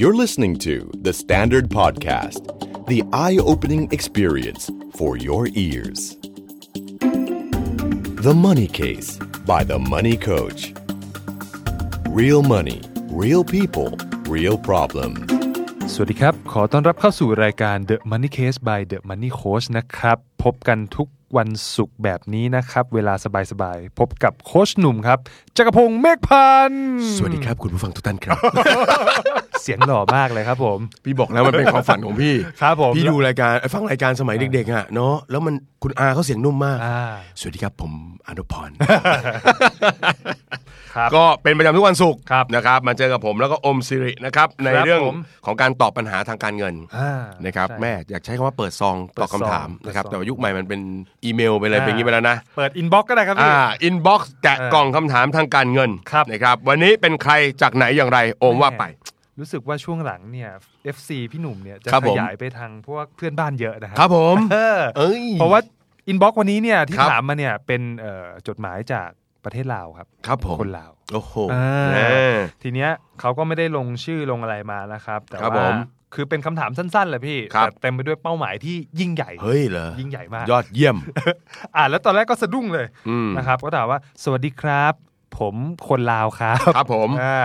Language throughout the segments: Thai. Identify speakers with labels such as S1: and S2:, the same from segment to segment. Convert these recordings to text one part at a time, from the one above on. S1: You're listening to The Standard Podcast, the eye opening experience for your ears. The Money Case by The Money Coach. Real money, real people, real problems.
S2: สวัสดีครับ ขอต้อนรับเข้าสู่รายการ The Money Case by The Money Coach นะครับ พบกันทุกวันศุกร์แบบนี้นะครับ เวลาสบายๆ พบกับโค้ชหนุ่มครับ จักรพงศ์เมฆพันธ์
S3: สวัสดีครับ คุณผู้ฟังทุกท่านครับ
S2: เสียงหล่อมากเลยครับผม
S3: พี่บอกแล้วมันเป็นความฝันของพี่
S2: ครับผม
S3: พี่ดูรายการเอ่อฟังรายการสมัยเด็กๆอ่ะเนาะแล้วมันคุณอาเขาเสียงนุ่มมาก
S2: อ่า
S3: สวัสดีครับผมอนุพร
S2: ครับ
S3: ก็เป็นประจำทุกวันศุกร์
S2: ครับ
S3: นะครับมาเจอกับผมแล้วก็อมสิรินะครับในเรื่อง
S2: ผม
S3: ของการตอบปัญหาทางการเงิน
S2: อ่า
S3: นะครับ
S2: ใช่
S3: แม่อยากใช้คำว่าเปิดซองตอบ
S2: เปิดซอง
S3: คำถามนะครับ
S2: เปิดซอง
S3: แต่ว่ายุคใหม่มันเป็นอีเมลไปเลย
S2: อ่า
S3: เป็นอย่างนี้ไปแล้วนะ
S2: เปิดอินบ็อกก็ได้ครับพี่
S3: อ่าอินบ็อกซ์แกะ
S2: อ่าก
S3: ล่องคำถามทางการเงิน
S2: ครับ
S3: นะครับวันนี้เป็นใครจากไหนอย่างไรโอมว่าไป
S2: รู้สึกว่าช่วงหลังเนี่ย FC พี่หนุ่มเนี่ยจะ
S3: ครับ
S2: ข
S3: ผม
S2: ยายไปทางพวกเพื่อนบ้านเยอะนะค
S3: ค
S2: รั
S3: รับผม
S2: เออ
S3: เอ้ย
S2: เพราะว่าอินบ็อกวันนี้เนี่ยที่
S3: ครับ
S2: ถามมาเนี่ยเป็นเอ่อจดหมายจากประเทศลาวครับ
S3: ครับผม
S2: คนลาว
S3: โอ้โห
S2: อ่า
S3: แน่
S2: ทีเนี้ยเขาก็ไม่ได้ลงชื่อลงอะไรมานะครับ แต่
S3: ครับผ
S2: ว่าม คือเป็นคำถามสั้นๆแหละพี่
S3: ครับ
S2: แต่เต็มไปด้วยเป้าหมายที่ยิ่งใหญ่
S3: เฮ้ยเหรอ
S2: ยิ่งใหญ่มาก
S3: ยอดเยี่ยม
S2: อ่านแล้วตอนแรกก็สะดุ้งเลย
S3: อืม
S2: นะครับ ก็ถามว่าสวัสดีครับ ผมคนลาวครับ
S3: ครับผม
S2: อ่า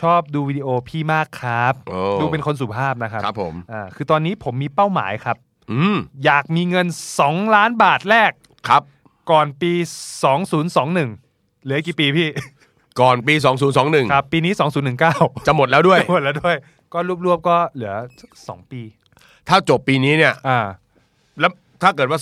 S2: ชอบดูวิดีโอพี่มากครับ
S3: โอ้
S2: ดูเป็นคนสุภาพนะครับ
S3: ครับผม
S2: อ่าคือตอนนี้ผมมีเป้าหมายครับ
S3: อืม
S2: อยากมีเงิน 2 ล้านบาทแรก
S3: ครับ
S2: ก่อนปี 2021เหลือกี่ปีพี่
S3: ก่อนปี 2021
S2: ครับปีนี้ 2019
S3: จะหมดแล้วด้วย
S2: หมดแล้วด้วยก็รวบๆก็เหลือสักสองปี
S3: ถ้าจบปีนี้เนี่ย
S2: อ่า
S3: แล้วถ้าเกิดว่า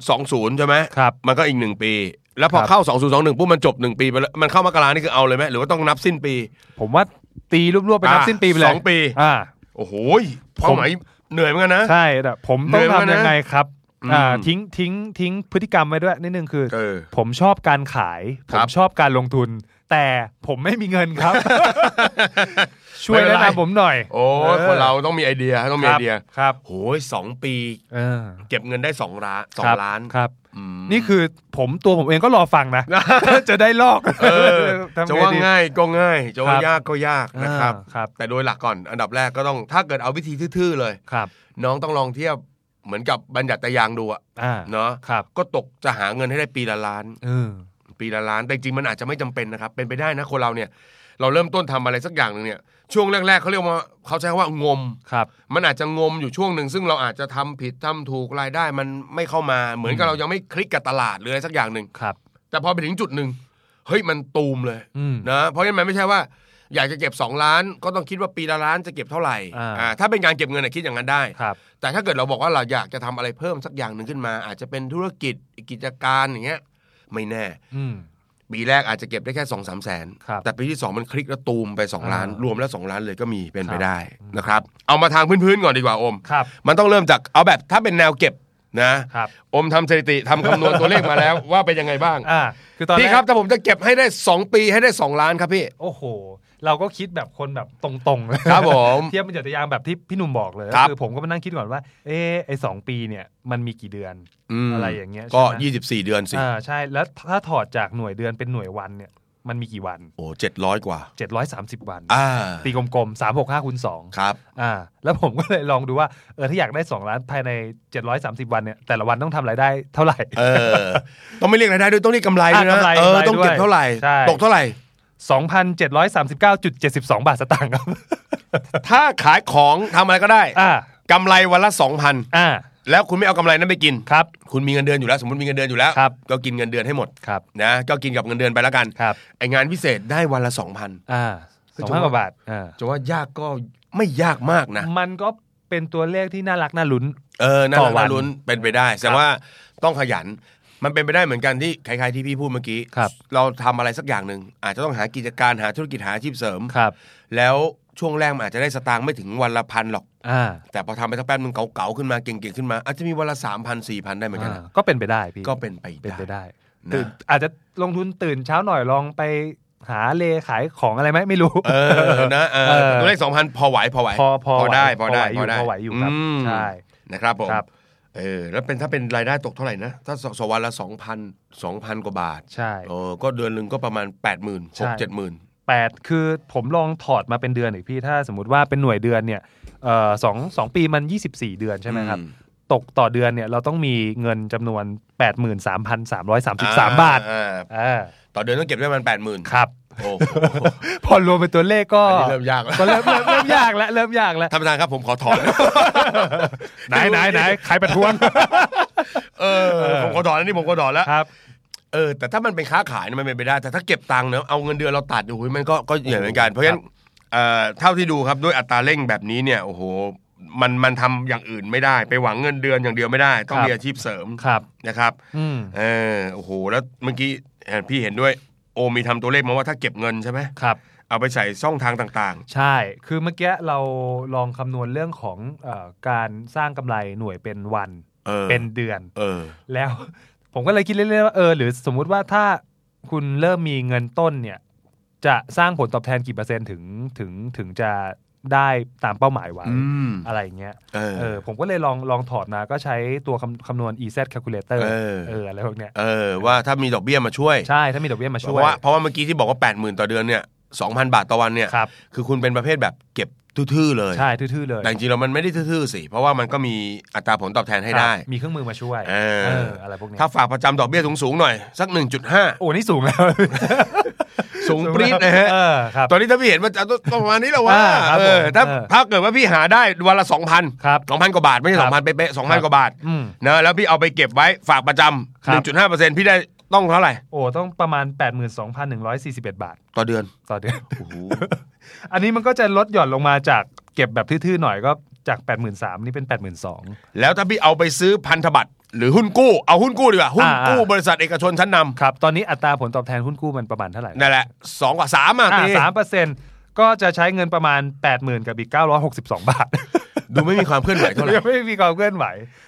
S3: 2020 ใช่ไหม
S2: ครับ
S3: มันก็อีก 1 ปี แล้วพอ
S2: ครับ
S3: เข้า 2021ปุ๊บมันจบ 1 ปีไปแล้ว มันเข้ามกรานี่คือเอาเลยไหมหรือว่าต้องนับสิ้นปี
S2: ผมว่าตีรวบๆไปนับ
S3: อ่ะ
S2: สิ้นปีไปเลย
S3: สองปี
S2: อ่า
S3: โอ้โหยเป้าหมายเหนื่อยเหมือนกันนะ
S2: ใช่แต่ผม
S3: เหนื่
S2: ต้อง
S3: อยมาก
S2: ทำยังไงครับ
S3: นะ
S2: อ่า
S3: อืม
S2: ทิ้งทิ้งทิ้งพฤติกรรมไว้ด้วยนิดนึงคือ
S3: เออ
S2: ผมชอบการขาย
S3: ค
S2: ผ
S3: รั
S2: ม
S3: บ
S2: ชอบการลงทุน แต่ผมไม่มีเงินครับ ช่วย
S3: ไม่เป็
S2: แนะ
S3: นไร
S2: นำผมหน่อย
S3: โอ้ยคนเราต้องมีไอเดียต้องมี
S2: ค
S3: ไอ
S2: รับ
S3: เดีย
S2: ครับ
S3: โอ้ยสองปี
S2: เออ
S3: เก็บเงินได้สองล้านส
S2: ค
S3: อง
S2: รับ
S3: ล้าน
S2: ครับ
S3: อืม
S2: นี่คือผมตัวผมเองก็รอฟังนะ จะได้ลอก
S3: เออ
S2: ทำไงดี
S3: จะว่าง่ายก็ง่าย จะว่า
S2: ครับ
S3: ยากก็ยากนะครับ
S2: อ่าครับ
S3: แต่โดยหลักก่อนอันดับแรกก็ต้องถ้าเกิดเอาวิธีทื่อๆเลย
S2: ครับ
S3: น้องต้องลองเทียบเหมือนกับบัญญัติตายางดูอะ
S2: อ่า
S3: เนาะ
S2: ครับ
S3: ก็ตกจะหาเงินให้ได้ปีละล้าน
S2: เออ
S3: ปีละล้านแต่จริงมันอาจจะไม่จำเป็นนะครับ เป็นไปได้นะคนเราเนี่ย เราเริ่มต้นทำอะไรสักอย่างหนึ่งเนี่ยช่วงแรก ๆเขาเรียกว่าเขาใช้คำว่างม
S2: ครับ
S3: มันอาจจะงมอยู่ช่วงหนึ่งซึ่งเราอาจจะทำผิดทำถูกรายได้มันไม่เข้ามา เหมือนกับเรายังไม่คลิกกับตลาดหรืออะไรสักอย่างหนึ่ง
S2: ครับ
S3: แต่พอไปถึงจุดหนึ่งเฮ้ยมันตูมเลย
S2: อืม
S3: นะเพราะฉะนั้นมันไม่ใช่ว่า อยากจะเก็บ 2 ล้าน ก็ต้องคิดว่าปีละล้านจะเก็บเท่าไหร่
S2: อ่า
S3: อ่าถ้าเป็นการเก็บเงินนะคิดอย่างนั้นได้
S2: ครับ
S3: แต่ถ้าเกิดเราบอกว่าเราอยากจะทำอะไรเพิ่มสักอย่างหนึ่งขึ้นมา อาจจะเป็นธุรกิจกิจการอย่างเงี้ย ไม่แน่
S2: อืม
S3: ปีแรกอาจจะเก็บได้แค่สองสามแสน
S2: ครับ
S3: แต่ปีที่สองมันคลิกแล้วตูมไป 2 ล้าน
S2: อ่าร
S3: รวมแล้ว 2 ล้านเลยก็มีเป็น
S2: ค
S3: ไป
S2: รับ
S3: ได้นะครับ เอามาทางพื้นๆก่อนดีกว่าอม
S2: ครับ
S3: มันต้องเริ่มจากเอาแบบถ้าเป็นแนวเก็บนะครับ อมทำสถิติทำคำนวณตัวเลขมาแล้ว ว่าเป็นยังไงบ้าง
S2: อ่า คือตอนแก
S3: พี่ครับถ้าผมจะเก็บให้ได้สองปีให้ได้สองล้านครับพี่
S2: โอ้โห เราก็คิดแบบคนแบบตรงๆเลย
S3: ครับผม
S2: เทียบเป็นจัตยางแบบที่พี่หนุ่มบอกเลย
S3: ครับ
S2: อผมก็มานั่งคิดก่อนว่า เออไอสองปีเนี่ย มันมีกี่เดือน
S3: ม
S2: อะไรอย่างเงี้ย
S3: ก็
S2: ใช่ไหม
S3: 24 เดือนสิ
S2: อ่า ใช่ แล้วถ้าถอดจากหน่วยเดือนเป็นหน่วยวันเนี่ย มันมีกี่วัน
S3: โอ้เจ็ดร้อยกว่า
S2: 730 วัน
S3: อ่า
S2: ตีกลมๆ365คูณ2
S3: ครับ
S2: อ่า แล้ว ผมก็เลยลองดูว่า เออ ถ้าอยากได้ 2 ล้านภายใน 730 วันเนี่ย แต่ละวันต้องทำรายได้เท่าไหร่
S3: เออ ต้องไม่เรียกรายได้ด้วยต้องเรียกกำไรด้วย
S2: อ่ะ
S3: นะ
S2: กำไร
S3: เออก
S2: ำไร
S3: ต้องเก็บ
S2: ด้วย
S3: เท่าไหร่
S2: ใช่
S3: ตกเท่าไหร่
S2: 2,739.72 บาทสตางค์ครับ
S3: ถ้าขายของทำอะไรก็ได้
S2: อ่า
S3: กำไรวันละสองพัน
S2: อ่า
S3: แล้วคุณไม่เอากำไรนั้นไปกิน
S2: ครับ
S3: คุณมีเงินเดือนอยู่แล้ว สมมติมีเงินเดือนอยู่แล้ว
S2: ครับ
S3: ก็กินเงินเดือนให้หมด
S2: ครับ
S3: นะก็กินกับเงินเดือนไปแล้วกัน
S2: ครับ
S3: ไองานพิเศษได้วันละสองพัน
S2: อ่าส
S3: คือ
S2: อง
S3: จะ
S2: พันก
S3: ว่า
S2: ว่าบาท อ่า
S3: จะว่ายากก็ไม่ยากมากนะ
S2: มันก็เป็นตัวเลขที่น่ารักน่าลุ้น
S3: เออน่า
S2: ต่อ
S3: น่า
S2: วัน
S3: ลุ้นเป็นไปได้แส
S2: ค
S3: ด
S2: รั
S3: ง
S2: บ
S3: ว่าต้องขยัน มันเป็นไปได้เหมือนกันที่คล้ายๆที่พี่พูดเมื่อกี้
S2: ครับ
S3: เราทำอะไรสักอย่างหนึ่งอาจจะต้องหากิจการหาธุรกิจหาอาชีพเสริม
S2: ครับ
S3: แล้วช่วงแรกมันอาจจะได้สตางค์ไม่ถึงวันละพันหรอก
S2: อ่า
S3: แต่พอทำไปสักแป๊บนึงเก่าๆขึ้นมาเก่งๆขึ้นมา อาจจะมีวันละสามพันสี่พันได้เหมือนกัน
S2: อ่า
S3: นะ
S2: ก็เป็นไปได้พี่
S3: ก็เป็นไป
S2: เป็นไป
S3: ได้
S2: ได้
S3: นะ
S2: ตื่นอาจจะลงทุนตื่นเช้าหน่อยลองไปหาเลขายของอะไรไหมไม่รู้
S3: เออนะเออ
S2: เออ
S3: ตัวเลขสองพันพอไหวพอไหว
S2: พอพอหว
S3: ได้พอได้
S2: พอไหวอยู่พอไหวอยู่ครับ
S3: ม
S2: ใช่
S3: นะครับผม
S2: ครับ
S3: เออแล้วเป็นถ้าเป็นรายได้ตกเท่าไหร่นะ ถ้าสวันละสองพันสองพันกว่าบาท
S2: ใช่
S3: เออก็เดือนหนึ่งก็ประมาณแปดหมื่น
S2: ใช่
S3: หกเจ็ดหมื่น
S2: 8 คือผมลองถอดมาเป็นเดือนหน่อยพี่ถ้าสมมติว่าเป็นหน่วยเดือนเนี่ยเอ่อสองสองปีมัน 24 เดือนใช่ไหมครับ
S4: อืม
S2: ตกต่อเดือนเนี่ยเราต้องมีเงินจำนวน 83,333 บาท
S3: อ่
S2: อ่า
S3: ต่อเดือนต้องเก็บได้ประมันแปดหมื่น
S2: ครับ
S3: โอ้โห
S2: พอรวมเป็นตัวเลขก็
S3: อันนี้เริ่มยากแล้ว
S2: ก็เริ่มเริ่มเริ่มยากแล้วเริ่มยากแล้ว
S3: ท่านประธานครับผมขอถอน
S2: ไหนไหนไหนใครประท้วง
S3: เออผมขอถอนอันนี้ผมขอถอนแล้ว
S2: ครับ
S3: เออแต่ถ้ามันเป็นค้าขายเนี่ยมันเป็นไปได้ แต่ถ้าเก็บตังค์เนอะเอาเงินเดือนเราตัดอยู่มันก็ก็เหนื่อยเหมือนกัน เพราะฉะนั้นเอ่อเท่าที่ดูครับด้วยอัตราเร่งแบบนี้เนี่ยโอ้โหมันมันทำอย่างอื่นไม่ได้ ไปหวังเงินเดือนอย่างเดียวไม่ได้ ต้อง
S2: ครับ
S3: มีอาชีพเสริม
S2: ครับ
S3: นะครับ
S2: อืม
S3: เออโอ้โหแล้วเมื่อกี้เห็นพี่เห็นด้วย โอมีทำตัวเลขมาว่าถ้าเก็บเงินใช่ไหม
S2: ครับ
S3: เอาไปใส่ช่องทางต่าง
S2: ใช่ คือเมื่อกี้เราลองคำนวณเรื่องของเออการสร้างกำไรหน่วยเป็นวัน
S3: เออ
S2: นเดือน
S3: ๆ เออ
S2: แล้ว ผมก็เลยคิดเรื่อยๆว่าเออหรือสมมุติว่าถ้าคุณเริ่มมีเงินต้นเนี่ย จะสร้างผลตอบแทนกี่เปอร์เซ็นต์ถึงถึงถึงจะได้ตามเป้าหมายไว้
S3: อืม
S2: อะไรอย่างเงี้ย
S3: เออ
S2: เออผมก็เลยลองลองถอดมาก็ใช้ตัวคำคำนวณ EZ calculator
S3: เออ
S2: เอออะไรพวกเนี้ย
S3: เออว่าถ้ามีดอกเบี้ยมาช่วย
S2: ใช่ถ้ามีดอกเบี้ยมา
S3: เพ
S2: ช่วย
S3: ราะว่าเพราะว่าเมื่อกี้ที่บอกว่า8ปดหมื่นต่อเดือนเนี่ยสองพันบาทต่อวันเนี่ย
S2: ครับ
S3: คือคุณเป็นประเภทแบบเก็บทื่อๆเลย
S2: ใช่ทื่อๆเลย
S3: แต่จริงๆแล้วมันไม่ได้ทื่อๆสิ เพราะว่ามันก็มีอัตราผลตอบแทนให้ได้
S2: ครับมีเครื่องมือมาช่วย
S3: เออ
S2: เอออะไรพวกเนี้ย
S3: ถ้าฝากประจำดอกเบี้ยสูงๆหน่อย สัก 1.5
S2: โอ้นี่สูงแล้ว
S3: สูงปรี๊ดนะฮะ
S2: เออครับ
S3: ตอนนี้ถ้าพี่เห็นมันจะต้องต้องประมาณนี้แหละว่า
S2: อ่าครับ
S3: เออ
S2: ผม
S3: ถ้า
S2: เออ
S3: ถ้าเกิดว่าพี่หาได้วันละ 2,000
S2: ครับ
S3: 2,000 กว่าบาท ไม่ใช่
S2: ครับ
S3: 2,000เป๊ะๆ2,000 กว่าบาท
S2: อืม
S3: นะแล้วพี่เอาไปเก็บไว้ฝากประจ
S2: ครับ
S3: ำ1.5%พี่ได้ต้องเท่าไหร่
S2: โอ้ต้องประมาณ 82,141 บาท
S3: ต่อเดือน
S2: ต่อเดือน อันนี้มันก็จะลดหย่อนลงมาจากเก็บแบบทื่อๆหน่อยก็จาก 83,000นี่เป็น 82,000
S3: แล้วถ้าพี่เอาไปซื้อพันธบัตรหรือหุ้นกู้เอาหุ้นกู้ดีกว่าหุ้น
S2: อ่า
S3: กู้
S2: อ่า
S3: บริษัทเอกชนชั้นน
S2: ครับ ตอนนี้อัตราผลตอบแทนหุ้นกู้มันประมาณเท่าไหร่
S3: ำนั่นแหละสองกว่าสามอ่ะ
S2: อ่า
S3: พี่
S2: สามเปอร์เซ็นต์ก็จะใช้เงินประมาณ 80,000 กับอีก 962 บาท
S3: ดูไม่มีความเคลื่อนไหวเท่าไหร่
S2: ยังไม่มีความเคลื่อนไหว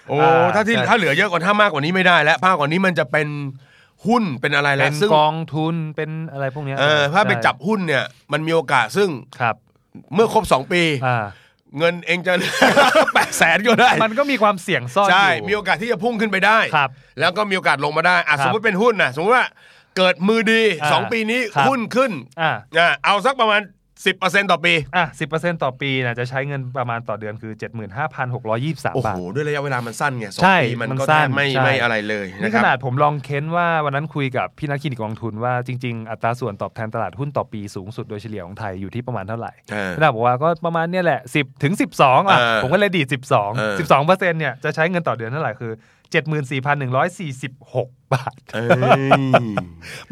S3: โอ้
S2: า
S3: ถ้าที่
S2: ใช่
S3: ถ้าเหลือเยอะกว่าถ้ามากกว่านี้ไม่ได้แล้วมากกว่านี้มันจะเป็นหุ้นเป็นอะไรแล้
S2: เป็
S3: วน ซึ่ง
S2: กองทุนเป็นอะไรพวกเนี้ย
S3: เออถ้าไป
S2: ใช่
S3: จับหุ้นเนี่ย มันมีโอกาสซึ่ง
S2: ครับ
S3: เมื่อครบ 2 ปี
S2: อ่า
S3: เงินเองจะ แปดแสนก็ได้
S2: มันก็มีความเสี่ยงซ่อนอยู่
S3: ใช่ มีโอกาสที่จะพุ่งขึ้นไปได้
S2: ครับ
S3: แล้วก็มีโอกาสลงมาได้อ่ะ
S2: ครับ
S3: สมมติเป็นหุ้นนะสมมติว่าเกิดมือดี
S2: อ่า
S3: 2 ปีนี้
S2: ครับ
S3: หุ้นขึ้น
S2: อ่า
S3: อ่ะเอาสักประมาณ 10%ต่อปี
S2: อ่ะสิบเปอร์เซ็นต์ต่อปีนะจะใช้เงินประมาณต่อเดือนคือ 75,623
S3: โอ้
S2: บา
S3: โห
S2: ท
S3: ด้วยระยะเวลามันสั้นไงสอง
S2: ใช่
S3: ปีมัน
S2: มัน
S3: ก็
S2: สั้
S3: แท
S2: น
S3: บไม่
S2: ใช่
S3: ไม่อะไรเลย
S2: นี่
S3: นะค
S2: ข
S3: รับ
S2: นาดผมลองเค้นว่าวันนั้นคุยกับพี่นักคลินิกกองทุนว่าจริง ๆ อัตราส่วนตอบแทนตลาดหุ้นต่อปีสูงสุดโดยเฉลี่ยของไทยอยู่ที่ประมาณเท่าไหร่
S3: เออ
S2: พี่ดาบอกว่าก็ประมาณเนี่ยแหละ 10 ถึง 12 อ่ะ
S3: เออ
S2: ผมก็เลยดีด
S3: เออ
S2: 12 12เปอร์เซ็นต์เนี่ยจะใช้เงินต่อเดือนเท่าไหร่คือ 74,146 บาท
S3: เอ้ย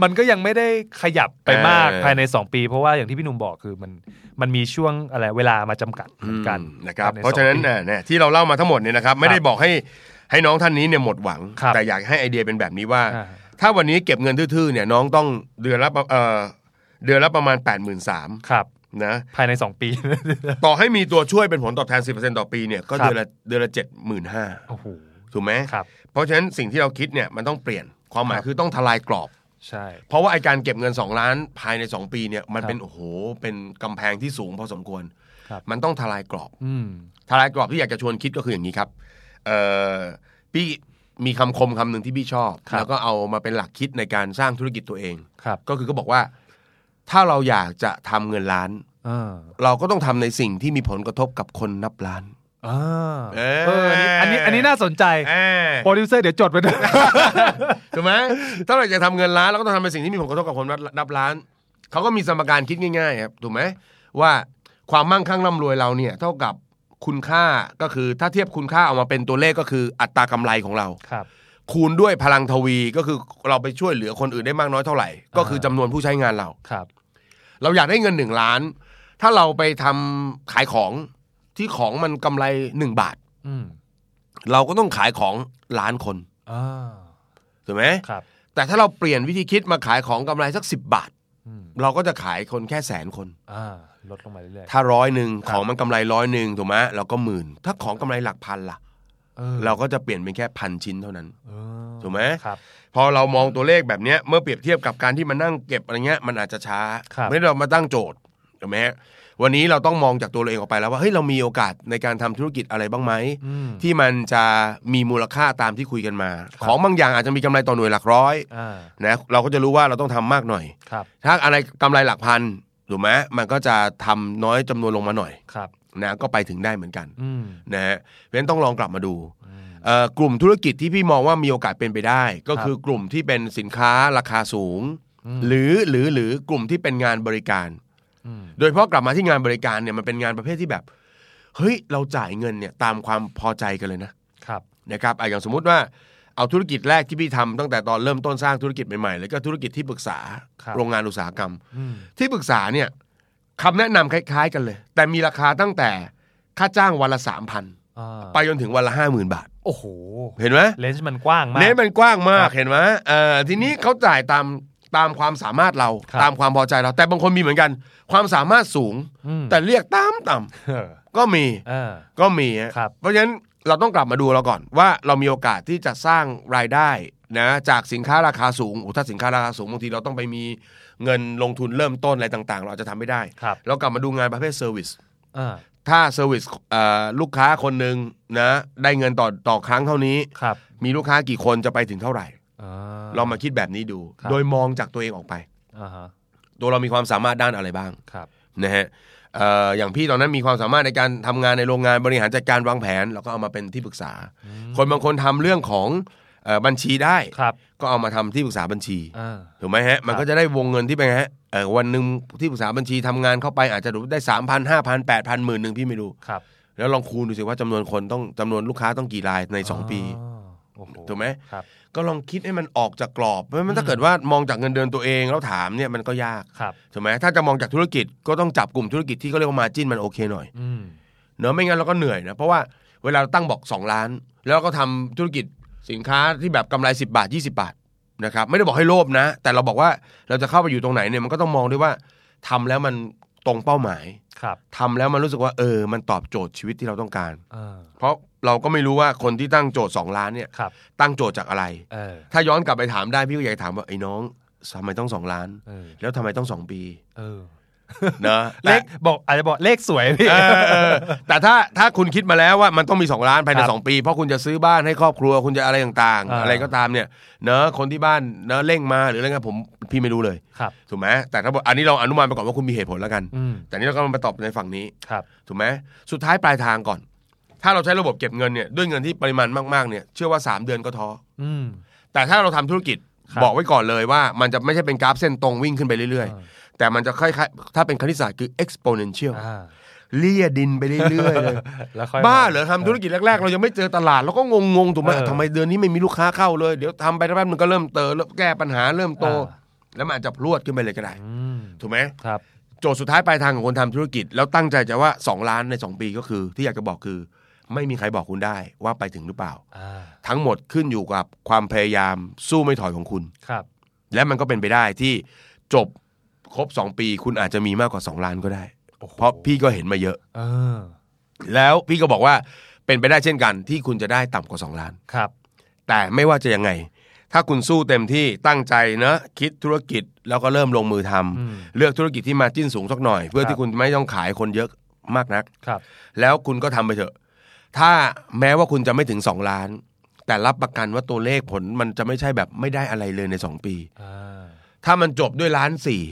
S2: มันก็ยังไม่ได้ขยับไป
S3: เออ
S2: มากภายใน 2 ปี เพราะว่าอย่างที่พี่หนุ่มบอกคือมันมันมีช่วงอะไรเวลามาจำกัดเหมือนกัน
S3: อืมนะครั
S2: ภ
S3: บ
S2: ยใ
S3: เพราะฉะนั้น
S2: สองปี
S3: น่ะเนี่ยที่เราเล่ามาทั้งหมดเนี่ยนะครับไม่ได้บอกให้ให้น้องท่านนี้เนี่ยหมดหวัง
S2: ครับ
S3: แต่อยากให้ไอเดียเป็นแบบนี้ว่า
S2: อ่า
S3: ถ้าวันนี้เก็บเงินทื่อๆเนี่ยน้องต้องเดือนละประเอ่อเดือนละประมาณ 8 3 0 0
S2: ครับ
S3: 0นะ
S2: ภายใน 2 ปี
S3: ต่อให้มีตัวช่วยเป็นผลตอบแทน 10%ต่อปีเนี่ยก็
S2: ครับ
S3: เดือนละเดือนละ 75,000
S2: โอ้โห
S3: ถูกไหม
S2: ครับ
S3: เพราะฉะนั้นสิ่งที่เราคิดเนี่ยมันต้องเปลี่ยนความหมายคือต้องทลายกรอบ
S2: ใช่
S3: เพราะว่าไอการเก็บเงิน 2 ล้านภายใน 2 ปีเนี่ยมันเป็นโอ้โหเป็นกำแพงที่สูงพอสมควร
S2: ครับ
S3: มันต้องทลายกรอบ
S2: อืม
S3: ทลายกรอบที่อยากจะชวนคิดก็คืออย่างนี้ครับ เอ่อพี่มีคำคมคำหนึ่งที่พี่ชอบ
S2: ครับ
S3: แล้วก็เอามาเป็นหลักคิดในการสร้างธุรกิจตัวเอง
S2: ครับ
S3: ก็คือก็บอกว่า ถ้าเราอยากจะทำเงินล้าน
S2: เออ
S3: เราก็ต้องทำในสิ่งที่มีผลกระทบกับคนนับล้าน
S2: อ่า
S3: เอ
S2: เอ
S3: อ
S2: ออันนี้อันนี้น่าสนใจ โปรดิวเซอร์เดี๋ยวจดไว้ด้วย
S3: ถูกไหมถ้าเราอยากจะทำเงินล้านเราก็ต้องทำในสิ่งที่มีผลกระทบกับคนนับล้านเขาก็มีสมการคิดง่ายๆครับถูกไหมว่าความมั่งคั่งร่ำรวยเราเนี่ย เท่ากับคุณค่าก็คือถ้าเทียบคุณค่าออกมาเป็นตัวเลขก็คืออัตรากำไรของเรา
S2: ครับ
S3: คูณด้วยพลังทวีก็คือเราไปช่วยเหลือคนอื่นได้มากน้อยเท่าไหร่ ก็คือ
S2: อ่า
S3: จำนวนผู้ใช้งานเรา
S2: ครับ
S3: เราอยากได้เงินหนึ่งล้าน ถ้าเราไปทำขายของที่ของมันกำไรหนึ่งบาท
S2: อืม
S3: เราก็ต้องขายของล้านคน
S2: อ่า
S3: ถูกไหม
S2: ครับ
S3: แต่ถ้าเราเปลี่ยนวิธีคิดมาขายของกำไรสักสิบบาท
S2: อืม
S3: เราก็จะขายคนแค่แสนคน
S2: อ่าลดลงมาเรื่อย
S3: ถ้าร้อยหนึ่งของมันกำไรร้อยหนึ่งถูกไหมเราก็หมื่น ถ้าของกำไรหลักพันล่ะ
S2: ๆออ
S3: เราก็จะเปลี่ยนเป็นแค่พันชิ้นเท่านั้น
S2: เออ
S3: ถูกไหม
S2: ครับ
S3: พอเรามองตัวเลขแบบเนี้ยเมื่อเปรียบเทียบกับการที่มันนั่งเก็บอะไรเงี้ยมันอาจจะช้า
S2: ครับ
S3: ไม่ได้เรามาตั้งโจทย์ถูกไหมฮะวันนี้เราต้องมองจากตัวเราเองออกไปแล้วว่าเฮ้ยเรามีโอกาสในการทำธุรกิจอะไรบ้างไหม
S2: อืม
S3: ที่มันจะมีมูลค่าตามที่คุยกันมา ของบางอย่างอาจจะมีกำไรต่อหน่วยหลักร้อย
S2: อ่า
S3: นะเราก็จะรู้ว่าเราต้องทำมากหน่อย
S2: ครับ
S3: ถ้าอะไรกำไรหลักพัน ถูกไหมมันก็จะทำน้อยจำนวนลงมาหน่อย
S2: ครับ
S3: นะก็ไปถึงได้เหมือนกัน
S2: อืม
S3: นะฮะเพราะฉะนั้นต้องลองกลับมาดูเอ่อกลุ่มธุรกิจที่พี่มองว่ามีโอกาสเป็นไปได้ ก็คือกลุ่มที่เป็นสินค้าราคาสูง หรือหรือหรือกลุ่มที่เป็นงานบริการ
S2: อืม
S3: โดยเฉพาะกลับมาที่งานบริการเนี่ยมันเป็นงานประเภทที่แบบเฮ้ยเราจ่ายเงินเนี่ยตามความพอใจกันเลยนะ
S2: ครับ
S3: นะครับอ่ะอย่างสมมุติว่าเอาธุรกิจแรกที่พี่ทำตั้งแต่ตอนเริ่มต้นสร้างธุรกิจใหม่ๆเลยก็ธุรกิจที่ปรึกษา
S2: ครับ
S3: โรงงานอุตสาหกรรม
S2: อืม
S3: ที่ปรึกษาเนี่ยคำแนะนำคล้ายๆกันเลย แต่มีราคาตั้งแต่ค่าจ้างวันละสามพัน
S2: อ่า
S3: ไปจนถึงวันละห้าหมื่นบาท
S2: โอ้โห
S3: เห็นไหม
S2: เลนส์มันกว้างมาก
S3: เลนส์มันกว้างมาก
S2: ครับ
S3: เห็นไหมเอ่อทีนี้เขาจ่ายตามตามความสามารถเรา
S2: ครับ
S3: ตามความพอใจเรา แต่บางคนมีเหมือนกัน ความสามารถสูง
S2: อืม
S3: แต่เรียกตามต่
S2: เออ
S3: ำก็มี
S2: เออ
S3: ก็มีฮะ
S2: ครับ
S3: เพราะฉะนั้นเราต้องกลับมาดูเราก่อนว่าเรามีโอกาสที่จะสร้างรายได้นะจากสินค้าราคาสูงโอ้ถ้าสินค้าราคาสูงบางทีเราต้องไปมีเงินลงทุนเริ่มต้นอะไรต่าง ๆ เราอาจจะทำไม่ได้
S2: ครับ
S3: เรากลับมาดูงานประเภทเซอร์วิส
S2: อ่า
S3: ถ้าเซอร์วิสเอ่อลูกค้าคนหนึ่งนะได้เงินต่อต่อครั้งเท่านี้
S2: ครับ
S3: มีลูกค้ากี่คนจะไปถึงเท่าไหร่
S2: อ่า
S3: เรามาคิดแบบนี้ดู
S2: ครับ
S3: โดยมองจากตัวเองออกไป
S2: อ่าฮะ
S3: ตัวเรามีความสามารถด้านอะไรบ้าง
S2: ครับ
S3: นะฮะเอ่ออย่างพี่ตอนนั้นมีความสามารถในการทำงานในโรงงานบริหารจัดการวางแผนเราก็เอามาเป็นที่ปรึกษา
S2: อืม
S3: คนบางคนทำเรื่องของเอ่อบัญชีได้
S2: ครับ
S3: ก็เอามาทำที่ปรึกษาบัญชี
S2: อ่า
S3: ถูกไหมฮะมั
S2: ค
S3: น
S2: รับ
S3: ก็จะได้วงเงินที่เป็นไงฮะเอ่อวันหนึ่งที่ปรึกษาบัญชีทำงานเข้าไปอาจจะได้สามพันห้าพันแปดพันหมื่นหนึ่งพี่ไม่รู้
S2: ครับ
S3: แล้วลองคูณดูสิว่าจำนวนคนต้องจำนวนลูกค้าต้องกี่รายในสองปี
S2: อ๋อโอ้โห
S3: ถูกไหม
S2: ครับ
S3: ก็ลองคิดให้มันออกจากกรอบเพราะมันถ้าเกิดว่ามองจากเงินเดือนตัวเองแล้วถามเนี่ยมันก็ยาก
S2: ครับ
S3: ถูกไหมถ้าจะมองจากธุรกิจก็ต้องจับกลุ่มธุรกิจที่เขาเรียกว่ามาจิ้นมันโอเคหน่อย
S2: อืม
S3: เนอะไม่งั้นเราก็เหนื่อยนะ เพราะว่าเวลาเราตั้งบอก 2 ล้าน แล้วก็ทำธุรกิจสินค้าที่แบบกำไร 10 บาท 20 บาทนะครับไม่ได้บอกให้โลภนะ แต่เราบอกว่าเราจะเข้าไปอยู่ตรงไหนเนี่ยมันก็ต้องมองด้วยว่าทำแล้วมันตรงเป้าหมาย
S2: ครับ
S3: ทำแล้วมันรู้สึกว่าเออ มันตอบโจทย์ชีวิตที่เราต้องการ
S2: อ่า
S3: เพราะเราก็ไม่รู้ว่าคนที่ตั้งโจทย์ 2 ล้านเนี่ย
S2: ครับ
S3: ตั้งโจทย์จากอะไร
S2: เออ
S3: ถ้าย้อนกลับไปถามได้พี่ก็อยากจะถามว่าไอ้น้องทำไมต้องสองล้าน
S2: เออ
S3: แล้วทำไมต้องสองปี
S2: เออ
S3: เนอะ
S2: เลขบอกอาจจะบอกเลขสวยพี่
S3: เออเออแต่ถ้าถ้าคุณคิดมาแล้วว่ามันต้องมี 2 ล้านภายใน
S2: ครับ
S3: 2 ปี เพราะคุณจะซื้อบ้านให้ครอบครัวคุณจะอะไรต่าง
S2: อ่า
S3: ๆ อะไรก็ตามเนี่ยเนอะคนที่บ้านเนอะเร่งมาหรืออะไรเงี้ยผมพี่ไม่รู้เลย
S2: ครับ
S3: ถูกไหมแต่ถ้าบอกอันนี้เราอนุมานไปก่อนว่าคุณมีเหตุผลแล้วกัน
S2: อืม
S3: แต่นี่เราก็มาตอบในฝั่งนี้
S2: ครับ
S3: ถูกไหมสุดท้ายปลายทางก่อน ถ้าเราใช้ระบบเก็บเงินเนี่ยด้วยเงินที่ปริมาณมากๆเนี่ยเชื่อว่า 3 เดือนก็ท้อ
S2: อืม
S3: แต่ถ้าเราทำธุรกิจ
S2: ครับ
S3: บอกไว้ก่อนเลยว่า มันจะไม่ใช่เป็นกราฟเส้นตรงวิ่งขึ้นไปเรื่อยๆ แต่มันจะค่อยๆถ้าเป็นคณิตศาสตร์คือ exponential
S2: อ่า
S3: เลี่ยดินไปเรื่อยๆเลย
S2: แล้วค่อย
S3: บ้าเหรอทำธุรกิจแรกๆ เรายังไม่เจอตลาดเราก็งงๆถูกไหม
S2: เออ
S3: ทำไมเดือนนี้ไม่มีลูกค้าเข้าเลย เดี๋ยวทำไปแป๊บนึงก็เริ่มเตอเริ่มแก้ปัญหาเริ่มโต
S2: อ่า
S3: แล้วมันอาจจะพรวดขึ้นไปเลยก็ได้
S2: อืม
S3: ถูกไหม
S2: ครับ
S3: โจทย์สุดท้ายปลายทางของคนทำธุรกิจ แล้วตั้งใจจะว่า 2 ล้านใน 2 ปีก็คือ ที่อยากจะบอกคือ ไม่มีใครบอกคุณได้ว่าไปถึงหรือเปล่า
S2: อ่า
S3: ทั้งหมดขึ้นอยู่กับความพยายามสู้ไม่ถอยของคุณ
S2: ครับ
S3: และมันก็เป็นไปได้ที่จบครบสองปี คุณอาจจะมีมากกว่าสองล้านก็ได้
S2: โอ้โห
S3: เพราะพี่ก็เห็นมาเยอะ
S2: เออ
S3: แล้วพี่ก็บอกว่าเป็นไปได้เช่นกันที่คุณจะได้ต่ำกว่า 2 ล้าน
S2: ครับ
S3: แต่ไม่ว่าจะยังไง ถ้าคุณสู้เต็มที่ตั้งใจนะคิดธุรกิจแล้วก็เริ่มลงมือทำ
S2: อืม
S3: เลือกธุรกิจที่มาจิ้นสูงสักหน่อย เพื่อ
S2: ครับ
S3: ที่คุณไม่ต้องขายคนเยอะมากนัก
S2: ครับ
S3: แล้วคุณก็ทำไปเถอะ ถ้าแม้ว่าคุณจะไม่ถึง 2 ล้าน แต่รับประกันว่าตัวเลขผลมันจะไม่ใช่แบบไม่ได้อะไรเลยใน 2 ปี
S2: อ่า
S3: ถ้ามันจบด้วยล้านสี่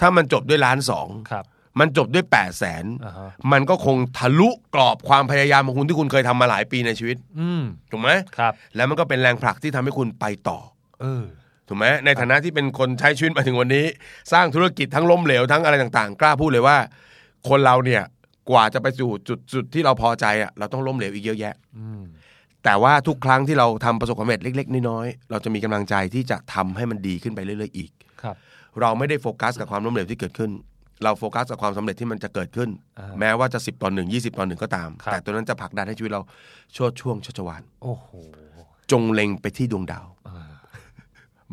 S3: ถ้ามันจบด้วยล้านสอง
S2: ครับ
S3: มันจบด้วย8ปดแสน
S2: อ่าฮะ
S3: มันก็คงทะลุกรอบความพยายามของคุณที่คุณเคยทำมาหลายปีในชีวิต
S2: อืม
S3: ถูกไหม
S2: ครับ
S3: แล้วมันก็เป็นแรงผลักที่ทำให้คุณไปต่อ
S2: เออ
S3: ถูกไหมในฐานะที่เป็นคนใช้ชีวิตมาถึงวันนี้ สร้างธุรกิจทั้งล้มเหลวทั้งอะไรต่างๆ กล้าพูดเลยว่า คนเราเนี่ยกว่าจะไปสู่จุดจุดที่เราพอใจอะเราต้องล้มเหลวอีกเยอะแยะ
S2: อืม
S3: แต่ว่าทุกครั้งที่เราทำประสบความสำเร็จเล็ก ๆ น้อยๆเราจะมีกำลังใจที่จะทำให้มันดีขึ้นไปเรื่อยๆอีก
S2: ครับ
S3: เราไม่ได้โฟกัสกับความล้มเหลวที่เกิดขึ้น เราโฟกัสกับความสำเร็จที่มันจะเกิดขึ้น
S2: อ่า
S3: แม้ว่าจะ 10ต่อหนึ่ง20ต่อหนึ่งก็ตาม
S2: ครับ
S3: แต่ตัวนั้นจะผลักดันให้ชีวิตเราโชดช่วงชชวาน
S2: โอ้โห
S3: จงเล็งไปที่ดวงดาว
S2: อ่า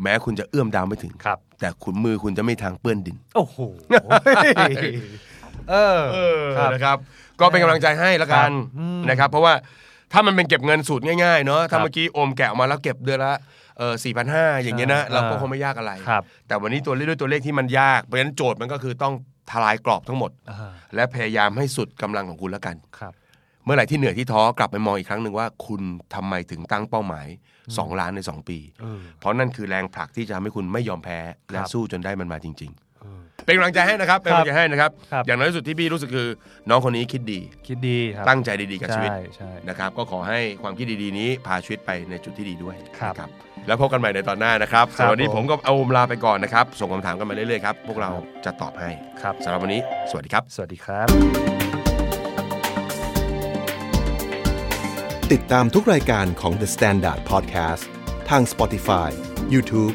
S3: แม้คุณจะเอื้อมดาวไม่ถึง
S2: ครับ
S3: แต่ขุนมือคุณจะไม่ทางเปื้อนดิน
S2: โอ้โห เออ
S3: เออ
S2: ครับ
S3: นะครับก็เป็นกำลังใจให้ละกัน
S2: ครับอืม
S3: นะครับ เพราะว่าถ้ามันเป็นเก็บเงินสูตรง่ายๆเนอะ
S2: ครั
S3: ถ้า
S2: บ
S3: เมื่อกี้โอมแกะออกมาแล้วเก็บเดือนละเออสี่พันห้าอย่างเงี้ยนะ
S2: อ่า
S3: เราก็คงไม่ยากอะไร
S2: ครับ
S3: แต่วันนี้ตัวเลขด้วยตัวเลขที่มันยากเพราะฉะนั้นโจทย์มันก็คือต้องทลายกรอบทั้งหมด
S2: อ่า
S3: และพยายามให้สุดกำลังของคุณแล้วกัน
S2: ครับ
S3: เมื่อไหร่ที่เหนื่อยที่ท้อกลับไปมองอีกครั้งหนึ่งว่า คุณทำไมถึงตั้งเป้าหมาย 2 ล้านใน 2 ปี
S2: เออ
S3: เพราะนั่นคือแรงผลักที่จะทำให้คุณไม่ยอมแพ้ และ
S2: ครับ
S3: สู้จนได้มันมาจริง
S2: เอ
S3: เป็นกำลังใจให้นะครับ เป็นกำลังใจให้นะครับ
S2: ครับ
S3: อย่างน้อยที่สุดที่พี่รู้สึกคือ น้องคนนี้คิดดี
S2: คิดดีครับ
S3: ตั้งใจดีๆกับชีวิต
S2: ใช่ใช่
S3: นะครับ ก็ขอให้ความคิดดีๆนี้พาชีวิตไปในจุดที่ดีด้วย
S2: ครับ
S3: นะแล้วพบกันใหม่ในตอนหน้านะครับ
S2: ครับ
S3: สำหรับวันนี้
S2: ผ
S3: ผม มกับอาอมลาไปก่อนนะครับ ส่งคำถามกันมาเรื่อยๆครับ พวกเราจะตอบให้
S2: ครับ
S3: สำหรับวันนี้ สวัสดีครับ
S2: สวัสดีครับ
S1: ติดตามทุกรายการของ The Standard Podcast ทาง Spotify, YouTube